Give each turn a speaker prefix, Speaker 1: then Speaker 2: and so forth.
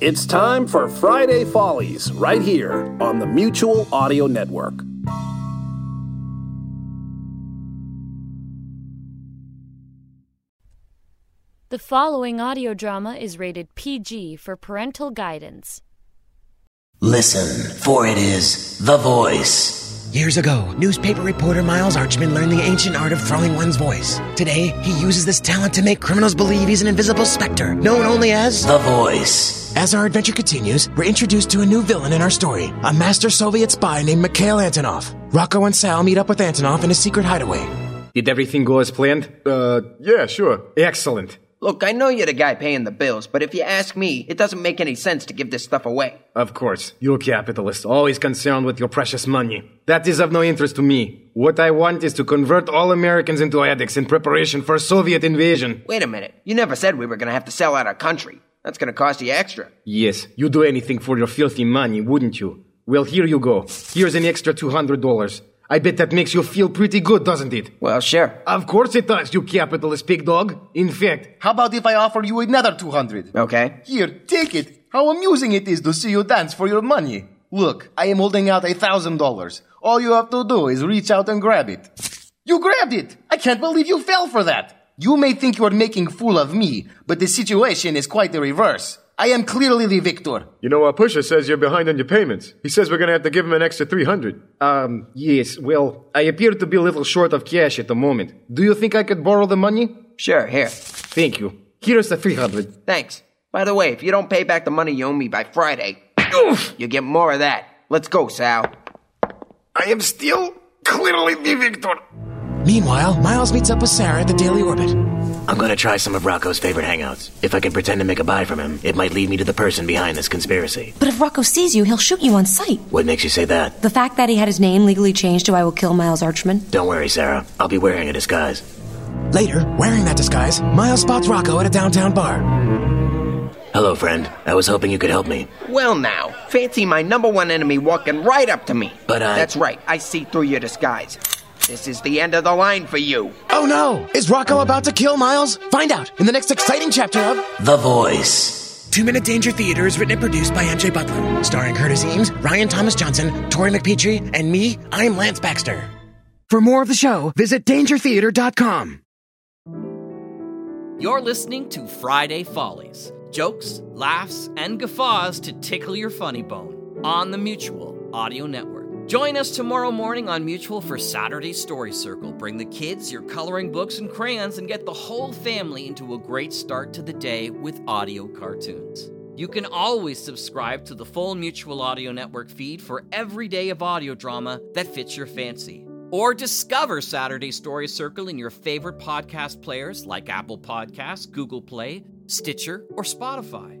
Speaker 1: It's time for Friday Follies right here on the Mutual Audio Network.
Speaker 2: The following audio drama is rated PG for parental guidance.
Speaker 3: Listen, for it is the voice.
Speaker 4: Years ago, newspaper reporter Miles Archman learned the ancient art of throwing one's voice. Today, he uses this talent to make criminals believe he's an invisible specter, known only as.
Speaker 3: The voice.
Speaker 4: As our adventure continues, we're introduced to a new villain in our story a master Soviet spy named Mikhail Antonov. Rocco and Sal meet up with Antonov in his secret hideaway.
Speaker 5: Did everything go as planned?
Speaker 6: Uh, yeah, sure.
Speaker 5: Excellent.
Speaker 7: Look, I know you're the guy paying the bills, but if you ask me, it doesn't make any sense to give this stuff away.
Speaker 5: Of course, you're capitalist, always concerned with your precious money. That is of no interest to me. What I want is to convert all Americans into addicts in preparation for Soviet invasion.
Speaker 7: Wait a minute. You never said we were gonna have to sell out our country. That's gonna cost you extra.
Speaker 5: Yes, you'd do anything for your filthy money, wouldn't you? Well, here you go. Here's an extra $200. I bet that makes you feel pretty good, doesn't it?
Speaker 7: Well, sure.
Speaker 5: Of course it does, you capitalist pig dog. In fact,
Speaker 8: How about if I offer you another 200?
Speaker 7: Okay.
Speaker 8: Here, take it. How amusing it is to see you dance for your money. Look, I am holding out a thousand dollars. All you have to do is reach out and grab it. You grabbed it! I can't believe you fell for that! You may think you are making fool of me, but the situation is quite the reverse. I am clearly the victor.
Speaker 6: You know, our pusher says you're behind on your payments. He says we're gonna have to give him an extra 300.
Speaker 5: um, yes, well, I appear to be a little short of cash at the moment. Do you think I could borrow the money?
Speaker 7: Sure, here.
Speaker 5: Thank you. Here's the 300.
Speaker 7: Thanks. By the way, if you don't pay back the money you owe me by Friday, you get more of that. Let's go, Sal.
Speaker 5: I am still clearly the victor.
Speaker 4: Meanwhile, Miles meets up with Sarah at the Daily Orbit.
Speaker 3: I'm gonna try some of Rocco's favorite hangouts. If I can pretend to make a buy from him, it might lead me to the person behind this conspiracy.
Speaker 9: But if Rocco sees you, he'll shoot you on sight.
Speaker 3: What makes you say that?
Speaker 9: The fact that he had his name legally changed to I Will Kill Miles Archman.
Speaker 3: Don't worry, Sarah. I'll be wearing a disguise.
Speaker 4: Later, wearing that disguise, Miles spots Rocco at a downtown bar.
Speaker 3: Hello, friend. I was hoping you could help me.
Speaker 7: Well, now, fancy my number one enemy walking right up to me.
Speaker 3: But I-
Speaker 7: That's right, I see through your disguise. This is the end of the line for you.
Speaker 4: Oh no! Is Rocco about to kill Miles? Find out in the next exciting chapter of
Speaker 3: The voice.
Speaker 4: Two Minute Danger Theater is written and produced by MJ Butler, starring Curtis Eames, Ryan Thomas Johnson, Tori McPeachie, and me, I'm Lance Baxter. For more of the show, visit dangertheater.com.
Speaker 10: You're listening to Friday Follies jokes, laughs, and guffaws to tickle your funny bone on the Mutual Audio Network. Join us tomorrow morning on Mutual for Saturday's Story Circle. Bring the kids, your coloring books, and crayons, and get the whole family into a great start to the day with audio cartoons. You can always subscribe to the full Mutual Audio Network feed for every day of audio drama that fits your fancy. Or discover Saturday Story Circle in your favorite podcast players like Apple Podcasts, Google Play, Stitcher, or Spotify.